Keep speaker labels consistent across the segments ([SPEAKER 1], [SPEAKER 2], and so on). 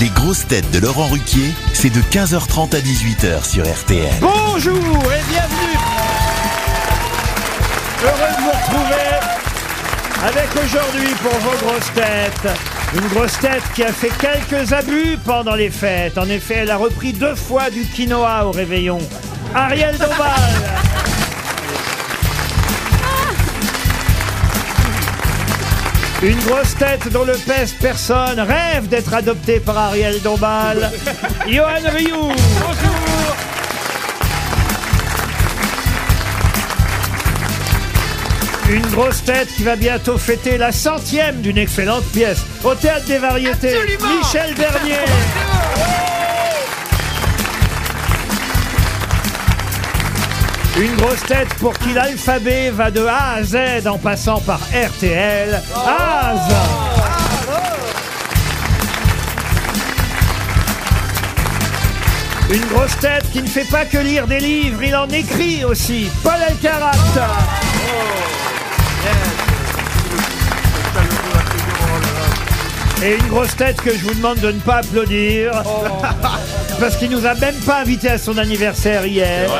[SPEAKER 1] Les grosses têtes de Laurent Ruquier, c'est de 15h30 à 18h sur RTL.
[SPEAKER 2] Bonjour et bienvenue Heureux de vous retrouver avec aujourd'hui pour vos grosses têtes. Une grosse tête qui a fait quelques abus pendant les fêtes. En effet, elle a repris deux fois du quinoa au réveillon. Ariel Dombal Une grosse tête dont le pèse personne rêve d'être adopté par Ariel Dombal. Johan Rioux. Bonjour. Une grosse tête qui va bientôt fêter la centième d'une excellente pièce au Théâtre des Variétés.
[SPEAKER 3] Absolument.
[SPEAKER 2] Michel Bernier. Une grosse tête pour qui l'alphabet va de A à Z en passant par RTL. Az Une grosse tête qui ne fait pas que lire des livres, il en écrit aussi. Paul Elkarat. Et une grosse tête que je vous demande de ne pas applaudir. Parce qu'il nous a même pas invités à son anniversaire hier.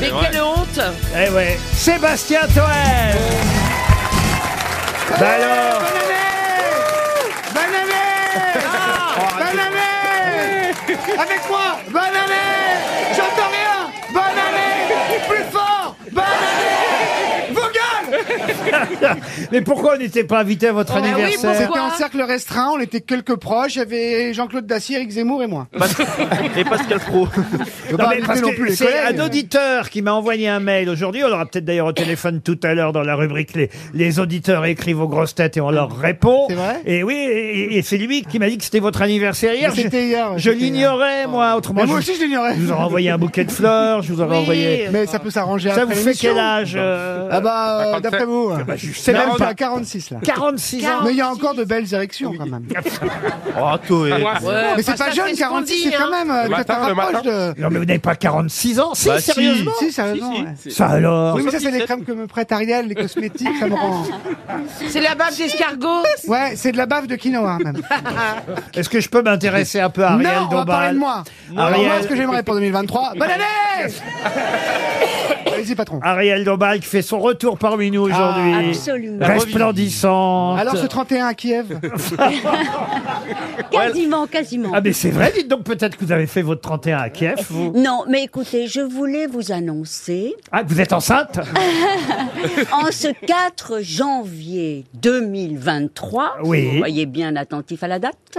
[SPEAKER 4] Mais quelle honte
[SPEAKER 2] Eh ouais. Sébastien Toel Bah alors
[SPEAKER 3] Bonne année Bonne année Avec moi Bonne année J'entends rien Bonne année Plus fort Bonne année Vos gueules
[SPEAKER 2] Mais pourquoi on n'était pas invité à
[SPEAKER 5] Oh,
[SPEAKER 2] votre
[SPEAKER 5] bah
[SPEAKER 2] anniversaire
[SPEAKER 5] C'était en cercle restreint, on était quelques proches, il y avait Jean-Claude Dacier, Eric Zemmour et moi.
[SPEAKER 6] Et Pascal Pro.
[SPEAKER 5] Je veux
[SPEAKER 2] Non,
[SPEAKER 5] pas
[SPEAKER 2] mais
[SPEAKER 5] inviter
[SPEAKER 2] parce
[SPEAKER 5] non
[SPEAKER 2] que
[SPEAKER 5] plus les
[SPEAKER 2] c'est
[SPEAKER 5] collègues.
[SPEAKER 2] un auditeur qui m'a envoyé un mail aujourd'hui. On l'aura peut-être d'ailleurs au téléphone tout à l'heure dans la rubrique les, les auditeurs écrivent aux grosses têtes et on leur répond.
[SPEAKER 5] C'est vrai
[SPEAKER 2] Et oui, et, et c'est lui qui m'a dit que c'était votre anniversaire hier.
[SPEAKER 5] Mais c'était
[SPEAKER 2] Je-
[SPEAKER 5] hier,
[SPEAKER 2] Je
[SPEAKER 5] c'était hier. Oh.
[SPEAKER 2] l'ignorais moi. Autrement,
[SPEAKER 5] Mais moi
[SPEAKER 2] je,
[SPEAKER 5] aussi je l'ignorais.
[SPEAKER 2] je vous aurais envoyé un bouquet de fleurs. Je vous aurais
[SPEAKER 4] Oui.
[SPEAKER 2] envoyé.
[SPEAKER 5] Mais ça peut s'arranger
[SPEAKER 2] Ça
[SPEAKER 5] après
[SPEAKER 2] vous fait
[SPEAKER 5] l'émission.
[SPEAKER 2] quel âge euh, Ah
[SPEAKER 5] Ah bah, euh, d'après vous, c'est
[SPEAKER 2] Non,
[SPEAKER 5] même
[SPEAKER 2] on a-
[SPEAKER 5] pas 46 là.
[SPEAKER 2] 46 ans.
[SPEAKER 5] Mais il y a encore de belles érections quand même.
[SPEAKER 2] Ah,
[SPEAKER 6] Oh, toi, eh.
[SPEAKER 2] bah,
[SPEAKER 5] Mais c'est pas jeune, 46,
[SPEAKER 4] hein.
[SPEAKER 5] c'est quand
[SPEAKER 2] hein.
[SPEAKER 5] même, euh, ça te rapproche de...
[SPEAKER 2] Non mais vous n'avez pas 46 ans, si
[SPEAKER 6] Bah, si.
[SPEAKER 2] sérieusement.
[SPEAKER 5] Si, sérieusement, ouais.
[SPEAKER 2] Ça alors.
[SPEAKER 5] Oui, mais ça, c'est les crèmes que me prête Ariel, les cosmétiques, ça me rend.
[SPEAKER 4] C'est la bave d'escargot
[SPEAKER 5] Ouais, c'est de la bave de quinoa, même.
[SPEAKER 2] Est-ce que je peux m'intéresser un peu à Ariel
[SPEAKER 5] non, on va
[SPEAKER 2] Dombal
[SPEAKER 5] parler de moi. Alors,
[SPEAKER 2] Ariel.
[SPEAKER 5] moi, ce que j'aimerais pour 2023, bonne année Allez-y, patron.
[SPEAKER 2] Ariel Dombal qui fait son retour parmi
[SPEAKER 5] Ah,
[SPEAKER 2] nous aujourd'hui.
[SPEAKER 7] Absolument.
[SPEAKER 2] Resplendissante.
[SPEAKER 5] Alors, ce 31 à Kiev
[SPEAKER 7] Quasiment, quasiment.
[SPEAKER 2] Ah mais c'est vrai, dites donc peut-être que vous avez fait votre 31 à Kiev. Vous.
[SPEAKER 7] Non, mais écoutez, je voulais vous annoncer,
[SPEAKER 2] Ah, vous êtes enceinte
[SPEAKER 7] en ce 4 janvier 2023,
[SPEAKER 2] Oui.
[SPEAKER 7] si vous voyez bien attentif à la date,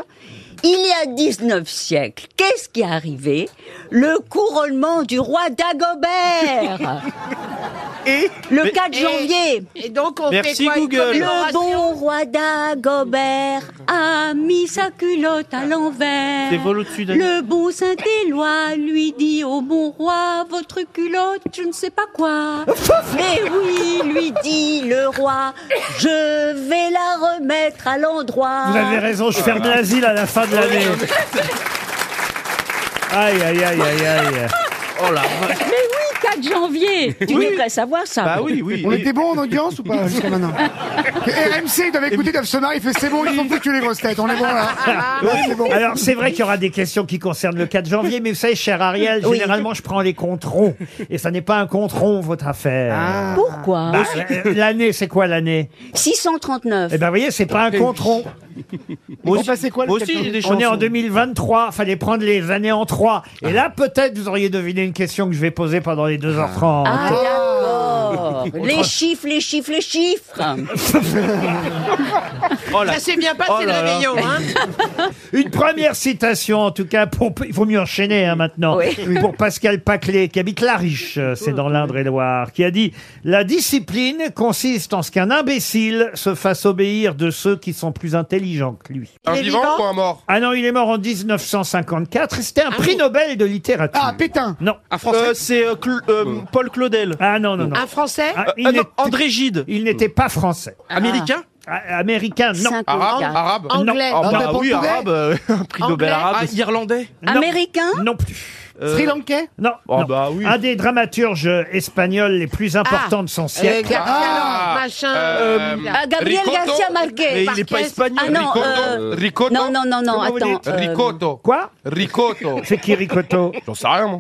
[SPEAKER 7] il y a 19 siècles, qu'est-ce qui est arrivé Le couronnement du roi Dagobert Et Le 4 janvier
[SPEAKER 4] Et donc on
[SPEAKER 6] Merci,
[SPEAKER 4] fait quoi une
[SPEAKER 6] Google.
[SPEAKER 7] Le
[SPEAKER 4] commémoration
[SPEAKER 7] bon roi Dagobert a mis sa culotte à l'envers.
[SPEAKER 6] Des vols au-dessus d'un-
[SPEAKER 7] Le bon Saint-Éloi lui dit au bon roi, votre culotte, je ne sais pas quoi. Mais oui, lui dit le roi, je vais la remettre à l'endroit.
[SPEAKER 2] Vous avez raison, je ferme l'asile à la fin de l'année. Aïe, aïe, aïe, aïe, aïe.
[SPEAKER 6] Oh là.
[SPEAKER 7] 4 janvier. Tu
[SPEAKER 6] Oui.
[SPEAKER 7] devrais savoir ça.
[SPEAKER 6] Bah oui, oui.
[SPEAKER 5] On
[SPEAKER 6] Et-
[SPEAKER 5] était bon en audience ou pas jusqu'à maintenant RMC, ils doivent écouter, ils doivent se marrer, il fait c'est bon, ils sont foutus les grosses têtes, on est bon là. Là, c'est bon.
[SPEAKER 2] Alors, c'est vrai qu'il y aura des questions qui concernent le 4 janvier, mais vous savez, cher Ariel,
[SPEAKER 7] Oui.
[SPEAKER 2] généralement, je prends les comptes ronds. Et ça n'est pas un compte rond, votre affaire.
[SPEAKER 7] Ah. Pourquoi
[SPEAKER 2] Bah, euh, l'année, c'est quoi l'année
[SPEAKER 7] 639.
[SPEAKER 2] Eh ben, vous voyez, c'est pas un compte rond.
[SPEAKER 5] Moi aussi, passé quoi, le
[SPEAKER 6] Moi aussi, j'ai
[SPEAKER 5] capitaine
[SPEAKER 6] des chansons.
[SPEAKER 2] On est en 2023, fallait prendre les années en trois. Et là, peut-être, vous auriez deviné une question que je vais poser pendant les 2h30.
[SPEAKER 7] Ah d'accord. Les chiffres, les chiffres, les chiffres.
[SPEAKER 6] Oh là.
[SPEAKER 4] Ça s'est bien passé
[SPEAKER 6] Oh
[SPEAKER 4] le
[SPEAKER 6] là là.
[SPEAKER 4] réveillon, hein
[SPEAKER 2] Une première citation, en tout cas, pour, il faut mieux enchaîner hein, maintenant,
[SPEAKER 7] Oui.
[SPEAKER 2] pour Pascal Paclet, qui habite La Riche, euh, c'est dans l'Indre-et-Loire, qui a dit « La discipline consiste en ce qu'un imbécile se fasse obéir de ceux qui sont plus intelligents que lui.
[SPEAKER 4] Il est vivant
[SPEAKER 8] un mort »
[SPEAKER 2] Ah non, il est mort en 1954, et c'était un prix Nobel de littérature.
[SPEAKER 5] Ah, Pétain
[SPEAKER 2] non.
[SPEAKER 6] Euh, c'est euh, Cl- euh, Paul Claudel.
[SPEAKER 2] Ah non, non, non.
[SPEAKER 4] Un français
[SPEAKER 2] Ah, il
[SPEAKER 6] Ah non,
[SPEAKER 2] n'était-
[SPEAKER 6] André Gide.
[SPEAKER 2] il n'était pas français.
[SPEAKER 6] Américain
[SPEAKER 2] Ah, américain, non.
[SPEAKER 7] 54.
[SPEAKER 8] arabe.
[SPEAKER 2] Non.
[SPEAKER 4] Anglais Euh,
[SPEAKER 6] Ah
[SPEAKER 5] bah,
[SPEAKER 6] bah oui,
[SPEAKER 5] portugais.
[SPEAKER 6] arabe. euh, un prix Nobel
[SPEAKER 4] Anglais.
[SPEAKER 6] arabe.
[SPEAKER 8] irlandais.
[SPEAKER 2] Non.
[SPEAKER 7] Américain
[SPEAKER 2] Non plus.
[SPEAKER 6] Euh,
[SPEAKER 5] Sri Lankais
[SPEAKER 2] Non,
[SPEAKER 6] Oh,
[SPEAKER 2] non.
[SPEAKER 6] bah oui.
[SPEAKER 2] un des dramaturges espagnols les plus importants de son
[SPEAKER 4] Euh,
[SPEAKER 2] siècle.
[SPEAKER 4] Garcia,
[SPEAKER 5] Ah.
[SPEAKER 4] machin.
[SPEAKER 8] Euh,
[SPEAKER 4] là.
[SPEAKER 7] Ah, Gabriel
[SPEAKER 8] Ricotto.
[SPEAKER 7] Garcia Marquez.
[SPEAKER 6] Mais il
[SPEAKER 7] Marquez.
[SPEAKER 6] est pas espagnol.
[SPEAKER 7] Ah non,
[SPEAKER 8] Ricotto.
[SPEAKER 7] euh,
[SPEAKER 8] Ricotto.
[SPEAKER 7] non, non, non, non,
[SPEAKER 2] Comment vous
[SPEAKER 7] attends.
[SPEAKER 2] dites
[SPEAKER 7] euh,
[SPEAKER 8] Ricotto.
[SPEAKER 2] Quoi
[SPEAKER 8] Ricotto.
[SPEAKER 2] C'est qui Ricotto
[SPEAKER 8] J'en sais rien, moi.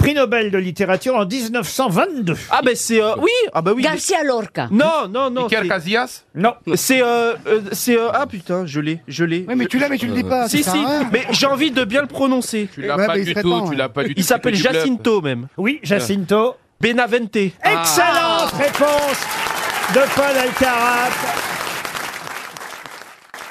[SPEAKER 2] Prix Nobel de littérature en 1922.
[SPEAKER 6] Ah ben c'est euh, oui. Ah bah oui.
[SPEAKER 7] Garcia Lorca.
[SPEAKER 6] Non non non.
[SPEAKER 8] Iker
[SPEAKER 6] c'est-
[SPEAKER 8] Casillas
[SPEAKER 2] Non.
[SPEAKER 6] C'est euh, euh, c'est euh, ah putain je l'ai je l'ai.
[SPEAKER 5] Oui, mais tu l'as, mais tu le dis pas.
[SPEAKER 6] Si
[SPEAKER 5] ça sert
[SPEAKER 6] si.
[SPEAKER 5] à rien.
[SPEAKER 6] Mais j'ai envie de bien le prononcer.
[SPEAKER 8] Tu l'as
[SPEAKER 5] Ouais,
[SPEAKER 8] pas
[SPEAKER 5] mais il
[SPEAKER 8] du
[SPEAKER 5] serait
[SPEAKER 8] tout,
[SPEAKER 5] temps,
[SPEAKER 8] tu
[SPEAKER 5] ouais.
[SPEAKER 8] l'as pas du tout.
[SPEAKER 6] Il s'appelle
[SPEAKER 8] c'est du bluff.
[SPEAKER 6] Jacinto même.
[SPEAKER 2] Oui, Jacinto.
[SPEAKER 6] Benavente.
[SPEAKER 2] Excellente réponse de Paul Alcarat.